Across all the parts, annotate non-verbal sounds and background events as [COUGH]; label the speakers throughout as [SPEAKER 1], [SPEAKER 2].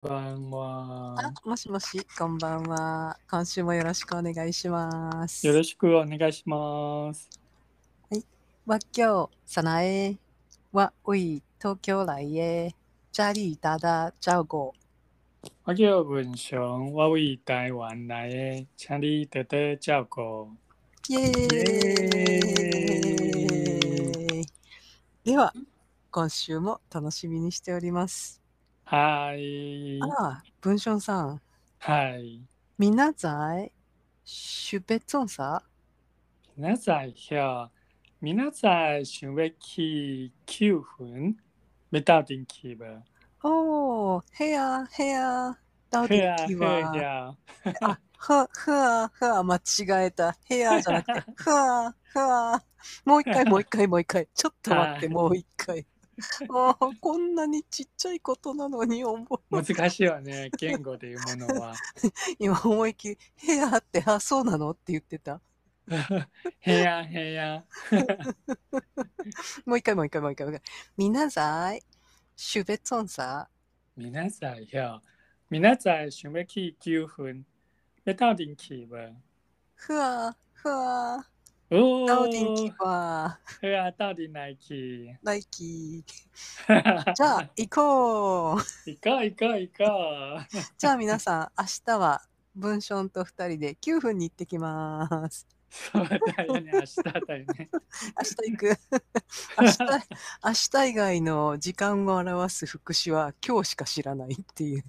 [SPEAKER 1] ばんは。
[SPEAKER 2] あ、もしもし、こんばんは。今週もよろしくお願いします。
[SPEAKER 1] よろしくお願いします。
[SPEAKER 2] わっきょう、さなえ。わ、うい、東京来へ。じゃり、だだ、じゃうご。
[SPEAKER 1] 我叫文雄，我为台湾来的，请你多多照顾。
[SPEAKER 2] イエーイでは、今週も楽しみにしております。
[SPEAKER 1] はい
[SPEAKER 2] あ。ら、文章さん、
[SPEAKER 1] はい。
[SPEAKER 2] みなざい、しゅべつんさ、
[SPEAKER 1] 皆さん好，明仔载想要去九份，要到阵去无？
[SPEAKER 2] おー、へや、へや、だう
[SPEAKER 1] 嘿
[SPEAKER 2] て
[SPEAKER 1] 啊
[SPEAKER 2] き
[SPEAKER 1] 嘿
[SPEAKER 2] は。
[SPEAKER 1] 啊，
[SPEAKER 2] あ、ふ、ふわ、ふわ、間違えた。ヘアじゃなくて、
[SPEAKER 1] [LAUGHS]
[SPEAKER 2] ふわ、ふわ。もう一回、もう一回、もう一回。ちょっと待って、
[SPEAKER 1] はい
[SPEAKER 2] もう一回。あーこんなにちっちゃいことなのに思う。
[SPEAKER 1] 難しいよね。言語というものは。
[SPEAKER 2] 今思いっきり、ヘアって、あ、そうなのって言ってた。
[SPEAKER 1] 嘿啊嘿啊，
[SPEAKER 2] もう一回、もう一回、もう一回、もう一回。みなさい、シュベツォンさ。
[SPEAKER 1] 明仔载好，明仔载想要去九份，要到阵去无？
[SPEAKER 2] ふわ、ふわ。
[SPEAKER 1] 哦，
[SPEAKER 2] ダウディンキは、
[SPEAKER 1] 嘿啊，到阵来去。
[SPEAKER 2] ナイキ。
[SPEAKER 1] じ
[SPEAKER 2] じゃあ、行こう。
[SPEAKER 1] [LAUGHS] 行こう行こう行こう。
[SPEAKER 2] じゃあ皆さん、明日は文春と2人で9分に行ってきます。
[SPEAKER 1] そうだよね、明日だよね。 [LAUGHS]
[SPEAKER 2] 明日行く。 [LAUGHS] 明日、明日以外の時間を表す副詞は今日しか知らないっていう。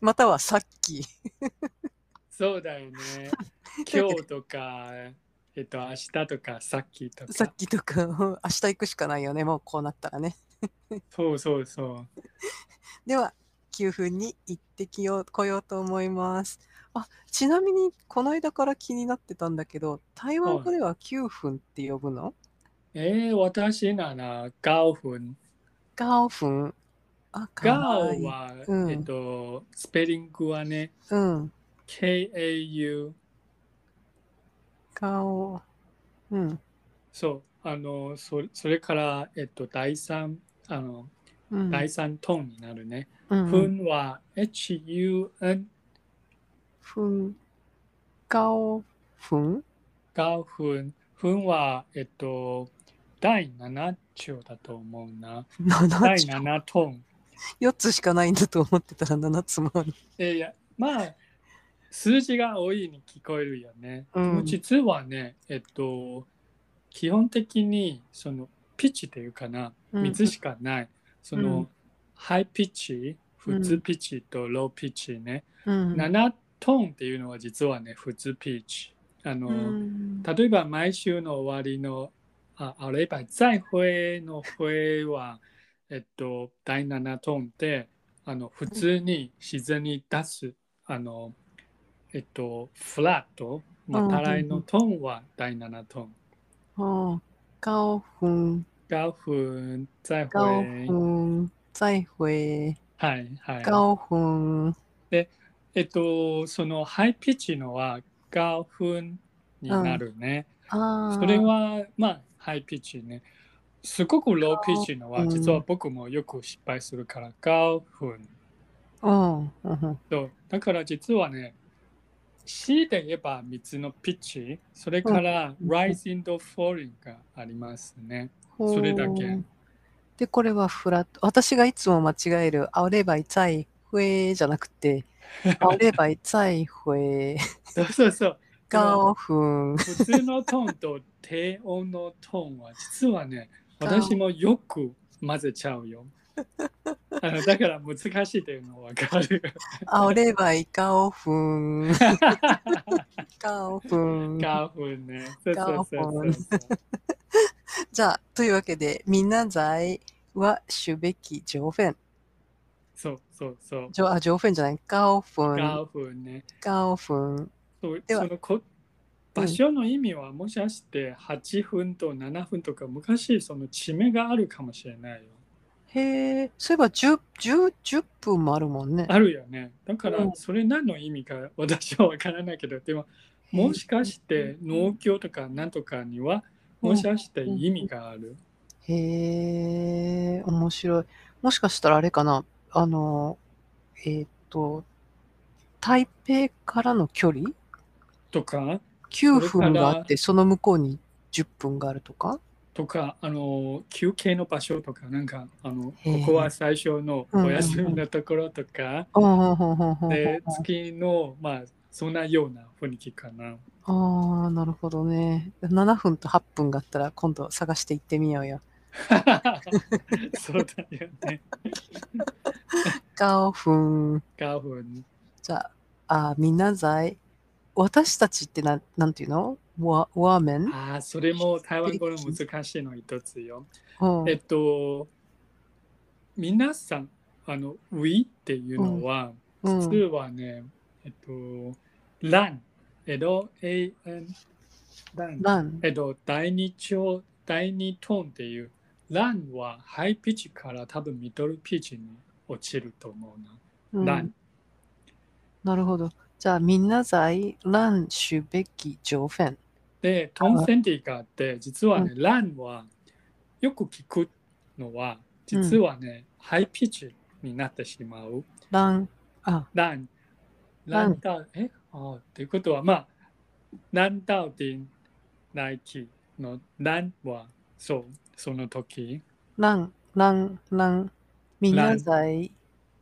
[SPEAKER 2] またはさっき。
[SPEAKER 1] そうだよね。今日とか、えっと、明日とか、さっきと
[SPEAKER 2] さっ
[SPEAKER 1] か。
[SPEAKER 2] きとか、 [LAUGHS] うん明日行くしかないよね。もうこうなったらね。
[SPEAKER 1] そうそうそう。
[SPEAKER 2] では、9分に行ってきよう、来ようと思います。あ、ちなみに、この間から気になってたんだけど、台湾語では9分って呼ぶの
[SPEAKER 1] えー、私なら、ガオフン。
[SPEAKER 2] ガオフン。あ、か
[SPEAKER 1] ガ
[SPEAKER 2] わい
[SPEAKER 1] オ
[SPEAKER 2] い。
[SPEAKER 1] は、
[SPEAKER 2] うん
[SPEAKER 1] えっと、スペリングはね、
[SPEAKER 2] うん。
[SPEAKER 1] KAU。
[SPEAKER 2] 顔。うん。
[SPEAKER 1] そう。あの、そそれから、えっと、第三、あの、
[SPEAKER 2] うん。
[SPEAKER 1] 第三トーンになるね。
[SPEAKER 2] うん
[SPEAKER 1] フンは、HUN。
[SPEAKER 2] ふん。顔。ふん。
[SPEAKER 1] が分分は、えっと、第7章だと思うな。
[SPEAKER 2] 七
[SPEAKER 1] 第
[SPEAKER 2] つ。
[SPEAKER 1] 7トーン。
[SPEAKER 2] 四つしかないんだと思ってたら七つもある。
[SPEAKER 1] えいや、まあ、数字が多いに聞こえるよね。
[SPEAKER 2] うん
[SPEAKER 1] でも実はね、えっと、基本的に、その、ピッチっていうかな、
[SPEAKER 2] うん
[SPEAKER 1] 水しかない。そうの
[SPEAKER 2] ん、
[SPEAKER 1] ハイピッチ、普通ピッチとローピッチね。
[SPEAKER 2] うん。
[SPEAKER 1] 7トーンっていうのは実はね、普通ピッチ。あの、
[SPEAKER 2] うん。
[SPEAKER 1] 例えば毎週の終わりのああれば再会の会は、えっと、第7トーンであの普通に自然に出すあのえっとフラットまたらいのトーンは第7トーン。
[SPEAKER 2] ああ。顔。ふん。
[SPEAKER 1] ガフン、再会。
[SPEAKER 2] 顔。ふん。再会。
[SPEAKER 1] はいはい。
[SPEAKER 2] 顔。ふん。
[SPEAKER 1] えっと、そのハイピッチのはガフンになるね。
[SPEAKER 2] ああ。
[SPEAKER 1] それ。はまあハイピッチね。すごくローピッチの
[SPEAKER 2] う
[SPEAKER 1] は
[SPEAKER 2] ん
[SPEAKER 1] 実は僕もよく失敗するから5分。
[SPEAKER 2] うん。うん。
[SPEAKER 1] そうだから実はね、C で言えば3つのピッチ、それから
[SPEAKER 2] うん
[SPEAKER 1] Rising と Falling がありますね。それだけ。
[SPEAKER 2] で、これはフラット。私がいつも間違える、あればいたい、ふえじゃなく [LAUGHS] て、あればいたい、ふえ、
[SPEAKER 1] そうそうそう。
[SPEAKER 2] ガオフン。
[SPEAKER 1] 普通のトーンと低音のトーンは実はね、私もよく混ぜちゃうよ。あのだから難しいというのわかる。
[SPEAKER 2] あればいガオフン。ガオフン。
[SPEAKER 1] ガーフンね。そうそうそうそう。
[SPEAKER 2] じゃあ、というわけで、みんな在は主べき上フェン。
[SPEAKER 1] そうそうそう。
[SPEAKER 2] 上あ、上フェンじゃない。ガオフ
[SPEAKER 1] ガ
[SPEAKER 2] ン。
[SPEAKER 1] ーフンね。
[SPEAKER 2] ガオフン。
[SPEAKER 1] そう
[SPEAKER 2] では
[SPEAKER 1] そのこ場所の意味はもしかして8分と7分とか昔その地名があるかもしれないよ。
[SPEAKER 2] へえ、そういえば10、10、10分もあるもんね。
[SPEAKER 1] あるよね。だか
[SPEAKER 2] う
[SPEAKER 1] ら
[SPEAKER 2] ん
[SPEAKER 1] それ何の意味か私はわからないけど、でももしかして農協とかなんとかにはもしかして意味がある。
[SPEAKER 2] へえ、面白い。もしかしたらあれかな。あの、えーっと、台北からの距離
[SPEAKER 1] とか、
[SPEAKER 2] ?9 分があ
[SPEAKER 1] それ
[SPEAKER 2] っ
[SPEAKER 1] か
[SPEAKER 2] て、その向こうに10分があるとか
[SPEAKER 1] とか、あの、休憩の場所とか、なんか、あの、
[SPEAKER 2] へ
[SPEAKER 1] こ
[SPEAKER 2] ー
[SPEAKER 1] こは最初のお休みのところとか、
[SPEAKER 2] あー
[SPEAKER 1] で、月の、まあ、そんなような雰囲気か
[SPEAKER 2] [LAUGHS]
[SPEAKER 1] な。
[SPEAKER 2] あー、なるほどね。7分と8分があったら、今度探して行ってみようよ。
[SPEAKER 1] そうだよね。
[SPEAKER 2] ガオフン。
[SPEAKER 1] ガーフン。
[SPEAKER 2] じゃあ、あみんなざい。私たちってなん、なんていうのワワーメン、
[SPEAKER 1] ああ、それも台湾語の難しいの一つよ。
[SPEAKER 2] うん
[SPEAKER 1] えっと、皆さん、あの、we っていうのは、
[SPEAKER 2] うん
[SPEAKER 1] 実はね、えっと、lan、えど、an、lan。
[SPEAKER 2] ラン。
[SPEAKER 1] えっと、第二調、第二トーンっていう、lan はハイピッチから多分ミドルピッチに落ちると思う
[SPEAKER 2] うん
[SPEAKER 1] な。lan、
[SPEAKER 2] なるほど。じゃあ、みんなざい、ラン、シュべき、ジョーフェン。
[SPEAKER 1] で、トーンセンティがあって、実はね、lan はよく聞くのは、実はね、ハイピッチになってしまう。
[SPEAKER 2] ラン、あ、
[SPEAKER 1] ラン、ランダウ、えあということは、まあ、ランダウディン、ナイキのランは、そう、その時、
[SPEAKER 2] ラン、ラン、ラン。みんなざい、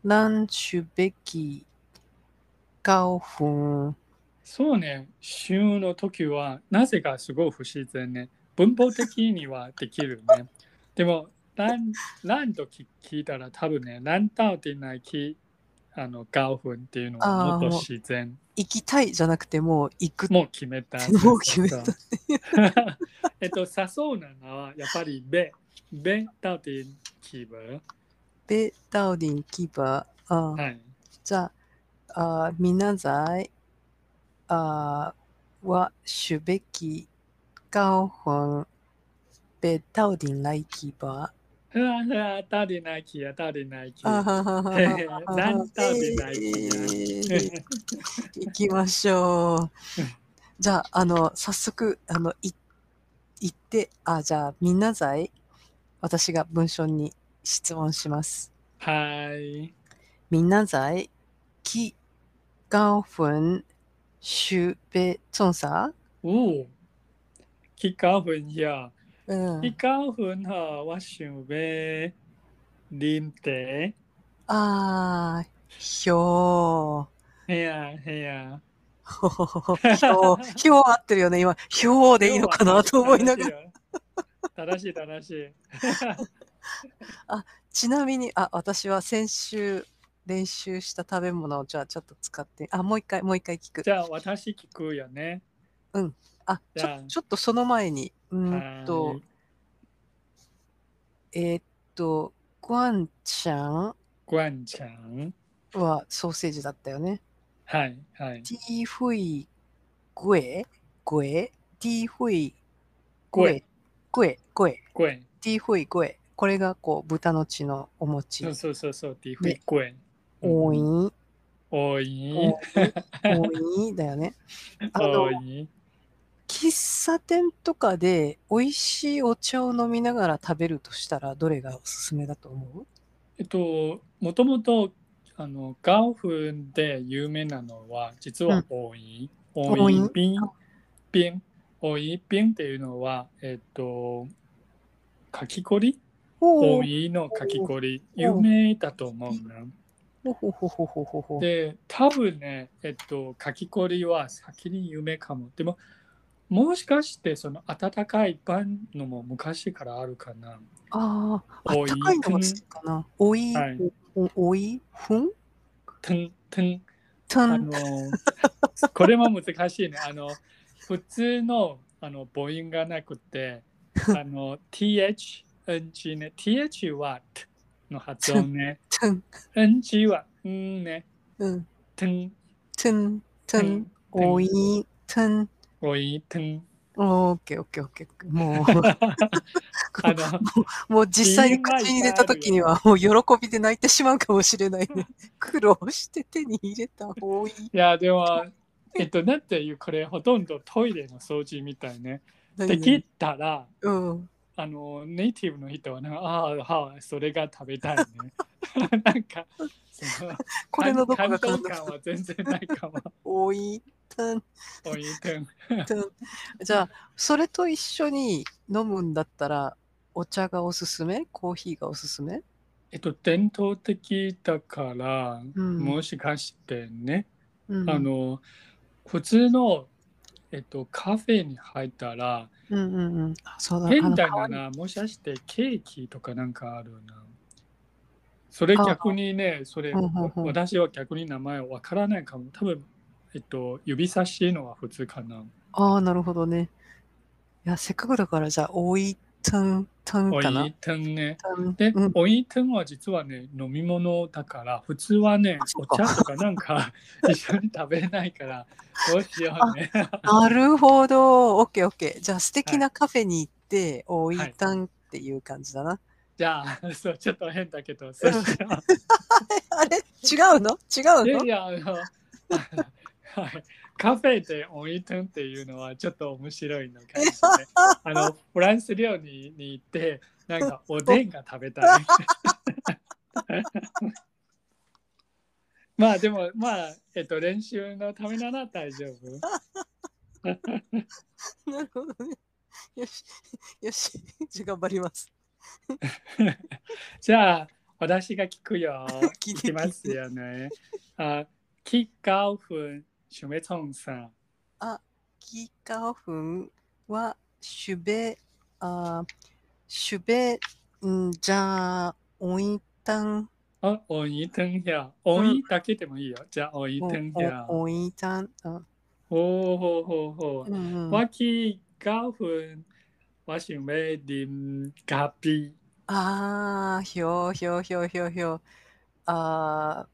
[SPEAKER 2] ラン、シュべき、ガオフン。
[SPEAKER 1] そうね、週の時は、なぜかすごい不自然ね。文法的にはできるね。 [LAUGHS] でも、ラン、ランと聞聞いたら、多分ね、ランダウディン、ナイキ、あの、ガオフンっていうのはもっと自然。
[SPEAKER 2] 行きたいじゃなくて、もう行く。
[SPEAKER 1] もう決めた。
[SPEAKER 2] もう決めたね
[SPEAKER 1] [LAUGHS] えっと、誘うなのはやっぱりべ、べ、到底キーブ。
[SPEAKER 2] ベ、ダウディン、キーバー。あ
[SPEAKER 1] はい。
[SPEAKER 2] じゃあ、あみんなざい、あは、シュべき、ガオフン、ベ、ダウディン、ライキーバ
[SPEAKER 1] ふわふわ、到底ないきや、到底ないき
[SPEAKER 2] ー。あ
[SPEAKER 1] や。
[SPEAKER 2] はははは
[SPEAKER 1] へへ [LAUGHS] なんたでない
[SPEAKER 2] えー行きましょう。じゃあ、あの、早速、あの、い行って、あ、じゃあ、みんなざい、私が文章に質問します。
[SPEAKER 1] [LAUGHS] はい。
[SPEAKER 2] みんなざい、き、がおふん、しゅべ、つんさ。
[SPEAKER 1] おお。キカフンや。
[SPEAKER 2] うん
[SPEAKER 1] キカフンは、わしゅんべ。りんて。
[SPEAKER 2] あー、ひょ
[SPEAKER 1] へや、へや。
[SPEAKER 2] ー。ひょー、ひょー合ってるよね、今。ひょーでいいのかなと思いながら。
[SPEAKER 1] ら。正しい、正しい。
[SPEAKER 2] ちなみに、あ、私は先週練習した食べ物をじゃあちょっと使って、あ、もう一回、もう一回聞く
[SPEAKER 1] じ。ゃあ、私聞くよね。
[SPEAKER 2] あ、ち
[SPEAKER 1] じゃあ
[SPEAKER 2] ょちょっとその前に、うーん
[SPEAKER 1] は
[SPEAKER 2] と
[SPEAKER 1] い、
[SPEAKER 2] えーっと、グアンちゃん
[SPEAKER 1] グワンちゃん。
[SPEAKER 2] はソーセージだったよね。
[SPEAKER 1] はい、はい。
[SPEAKER 2] ティーフイグエグエティーフイ
[SPEAKER 1] グ
[SPEAKER 2] グ
[SPEAKER 1] エ
[SPEAKER 2] エグエグエ
[SPEAKER 1] グエン。
[SPEAKER 2] ティーフイグエこれがこう豚の血のお餅
[SPEAKER 1] そ。うそうそうそう、ディフィクエン。
[SPEAKER 2] おいん、
[SPEAKER 1] 多い。
[SPEAKER 2] おいん、おいんだ
[SPEAKER 1] [LAUGHS]
[SPEAKER 2] よね。あの
[SPEAKER 1] 多、い。
[SPEAKER 2] 喫茶店とかで美味しいお茶を飲みながら食べるとしたらどれがおすすめだと思う
[SPEAKER 1] えっと、もともと、あの、ガオフンで有名なのは、実は多い。多い
[SPEAKER 2] 多い
[SPEAKER 1] 瓶。瓶。多い瓶っていうのは、えっと、かき氷
[SPEAKER 2] お
[SPEAKER 1] 多
[SPEAKER 2] ー
[SPEAKER 1] いのかき氷。
[SPEAKER 2] お
[SPEAKER 1] 有名だと思うな。
[SPEAKER 2] ほほほほほほほ。
[SPEAKER 1] で、多分ね、えっと、かき氷は先に有名かも。でも、もしかして、その温かいパンのも昔からあるかな。
[SPEAKER 2] ああ、あ
[SPEAKER 1] お
[SPEAKER 2] っ
[SPEAKER 1] い
[SPEAKER 2] たかいのが好きかな。おい、
[SPEAKER 1] はい
[SPEAKER 2] おおい、ふん
[SPEAKER 1] トゥン、トゥン、
[SPEAKER 2] た
[SPEAKER 1] あ
[SPEAKER 2] ん、
[SPEAKER 1] の、これも難しいね。あの、普通のあの母音がなくて、あの、THNG ね。TH は t の発音
[SPEAKER 2] [LAUGHS]
[SPEAKER 1] ね。
[SPEAKER 2] たん、
[SPEAKER 1] NG はんね。
[SPEAKER 2] うん、
[SPEAKER 1] トゥン、
[SPEAKER 2] たん、た
[SPEAKER 1] トゥ
[SPEAKER 2] ん
[SPEAKER 1] ン、
[SPEAKER 2] おい、たん。
[SPEAKER 1] おい、トゥン。
[SPEAKER 2] オッケーオッケーオッケー。も
[SPEAKER 1] [LAUGHS] あの、
[SPEAKER 2] う、もう実際に口に入れた時には、もう喜びで泣いてしまうかもしれないね。苦労して手に入れたおい。
[SPEAKER 1] いや、でも、えっと、なんていう、これ、ほとんどトイレの掃除みたいね。で
[SPEAKER 2] 何
[SPEAKER 1] きたら、
[SPEAKER 2] うん。
[SPEAKER 1] あの、ネイティブの人はなんか、ああ、はあ、それが食べたいね。 [LAUGHS] なんか、その
[SPEAKER 2] これのどこが
[SPEAKER 1] 感
[SPEAKER 2] 感
[SPEAKER 1] 動
[SPEAKER 2] 動
[SPEAKER 1] 感は全然ないかも。
[SPEAKER 2] おいたん
[SPEAKER 1] おいてん
[SPEAKER 2] たんじゃあそれと一緒に飲むんだったらお茶がおすすめコーヒーがおすすめ
[SPEAKER 1] えっと、伝統的だから、
[SPEAKER 2] うん
[SPEAKER 1] もしかしてね、
[SPEAKER 2] うん
[SPEAKER 1] あの、普通の、えっと、カフェに入ったら、
[SPEAKER 2] うんうんうんあそうだ
[SPEAKER 1] 変
[SPEAKER 2] あ
[SPEAKER 1] だ
[SPEAKER 2] の
[SPEAKER 1] なな、もしかしてケーキとかなんかあるな。それ逆にね、それ、
[SPEAKER 2] うんうんうん
[SPEAKER 1] 私は逆に名前わからないかも。多分、えっと、指差しのは普通かな。
[SPEAKER 2] ああ、なるほどね。いや、せっかくだから、じゃあ、おいたん、たん
[SPEAKER 1] お
[SPEAKER 2] かな。
[SPEAKER 1] いてんね。
[SPEAKER 2] たん
[SPEAKER 1] で、
[SPEAKER 2] うん
[SPEAKER 1] おいてんは実はね、飲み物だから、普通はね
[SPEAKER 2] あ、そ
[SPEAKER 1] お
[SPEAKER 2] っか
[SPEAKER 1] 茶とかなんか
[SPEAKER 2] [LAUGHS]
[SPEAKER 1] 一緒に食べないから、どうしようね。
[SPEAKER 2] なるほど。オッケーオッケー。じゃあ、素敵なカフェに行って、おいたんっていう感じだな。
[SPEAKER 1] じゃあ、そう、ちょっと変だけど、そうしよ
[SPEAKER 2] [LAUGHS] あれ違うの違
[SPEAKER 1] う。いうや
[SPEAKER 2] の
[SPEAKER 1] いや、あの、 [LAUGHS] はい。カフェでおいてんっていうのはちょっと面白いのかもしれない。あの、フランス料理に行って、なんかおでんが食べ
[SPEAKER 2] [LAUGHS]
[SPEAKER 1] たい。 [LAUGHS] まあでも、まあ、えっと、練習のためなら大丈夫。
[SPEAKER 2] なるほどね。よし、よし、じゃあ頑張ります。
[SPEAKER 1] じゃあ、私が聞く [LAUGHS] よ。
[SPEAKER 2] 聞い
[SPEAKER 1] 聞
[SPEAKER 2] て
[SPEAKER 1] きますよね。あ、キガオフン、シュメソンさん。
[SPEAKER 2] キカオフンは、シュベ、あーシュベ、んじゃあ、おいたん、
[SPEAKER 1] あ、おいてんや。おいだけでもいいよ。じゃあ、おいてんや。
[SPEAKER 2] おおいたん、あ
[SPEAKER 1] ほうほうほうほ
[SPEAKER 2] うんう
[SPEAKER 1] う。
[SPEAKER 2] ん
[SPEAKER 1] わきガオフン、わしめりんガピ。 [LAUGHS]
[SPEAKER 2] ああ、ひょうひょうひょうひょうひょう。ああ、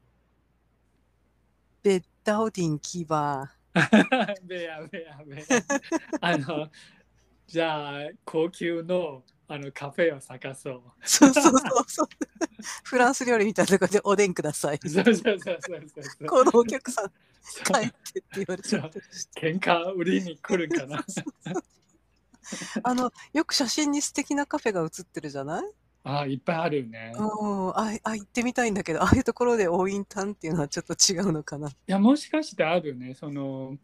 [SPEAKER 2] ベッダウディンキバ
[SPEAKER 1] べやべやべや。あの、じゃあ、高級のあのカフェを探そう。 [LAUGHS]
[SPEAKER 2] ー。そうそうそうそう。フランス料理みたいなとこでおでんく
[SPEAKER 1] [LAUGHS]
[SPEAKER 2] ださい。
[SPEAKER 1] そうそうそうそうそうそう。
[SPEAKER 2] このお客さん
[SPEAKER 1] そう
[SPEAKER 2] 帰ってって言われちゃってる
[SPEAKER 1] 喧嘩売りに来るかな。
[SPEAKER 2] あの、よく写真に素敵なカフェが写ってるじゃない
[SPEAKER 1] あ、いっぱいあるね。
[SPEAKER 2] うん、あ、あ、行ってみたいんだけど、ああいうところでオインタンっていうのはちょっと違うのかな。
[SPEAKER 1] いや、もしかしてあるね。その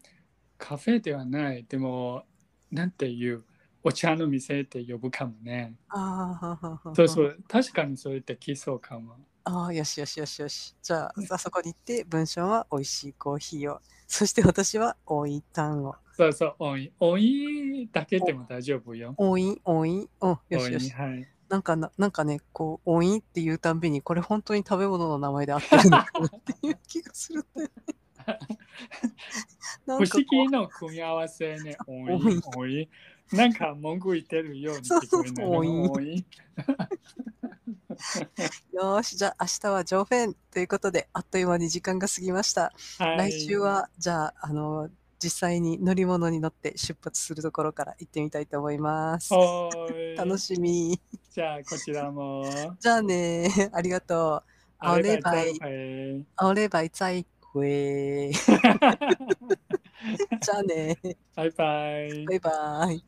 [SPEAKER 1] カフェではない。でも、なんていう、お茶の店って呼ぶかもね。
[SPEAKER 2] ああ、はははは
[SPEAKER 1] そうそう、確かにそれできそうかも。
[SPEAKER 2] ああ、よしよしよしよし。じゃあ、あそこに行って、文章は美味しいコーヒーを。 [LAUGHS] そして私は、おいたんを。
[SPEAKER 1] そうそう、おい、おいだけでも大丈夫よ。
[SPEAKER 2] おい、おい、お、
[SPEAKER 1] お
[SPEAKER 2] よし
[SPEAKER 1] い、
[SPEAKER 2] よし。
[SPEAKER 1] はい。
[SPEAKER 2] なんかな、なんかね、こう、おいっていうたんびに、これ本当に食べ物の名前で合ってるのかなっていう気がするんだよね。
[SPEAKER 1] [LAUGHS]
[SPEAKER 2] な
[SPEAKER 1] 不
[SPEAKER 2] んか
[SPEAKER 1] 思
[SPEAKER 2] こ
[SPEAKER 1] 議の組み合わせね。お
[SPEAKER 2] お
[SPEAKER 1] い
[SPEAKER 2] い、
[SPEAKER 1] おい。なんか文句言ってるように
[SPEAKER 2] そう
[SPEAKER 1] 聞
[SPEAKER 2] そ
[SPEAKER 1] こ
[SPEAKER 2] う
[SPEAKER 1] え
[SPEAKER 2] そう
[SPEAKER 1] ない。お
[SPEAKER 2] お
[SPEAKER 1] い。
[SPEAKER 2] う、よーし、じゃあ明日は上辺ということで、あっという間に時間が過ぎました。
[SPEAKER 1] はい
[SPEAKER 2] 来週は、じゃあ、あの、実際に乗り物に乗って出発するところから行ってみたいと思います。
[SPEAKER 1] おい。
[SPEAKER 2] 楽しみ。
[SPEAKER 1] じゃあ、こちらも。
[SPEAKER 2] じゃあね、 [LAUGHS] ありがとう。あればい、
[SPEAKER 1] い。
[SPEAKER 2] あればい再 [LAUGHS] 会。じゃあね、
[SPEAKER 1] 拜拜。
[SPEAKER 2] バイバイ。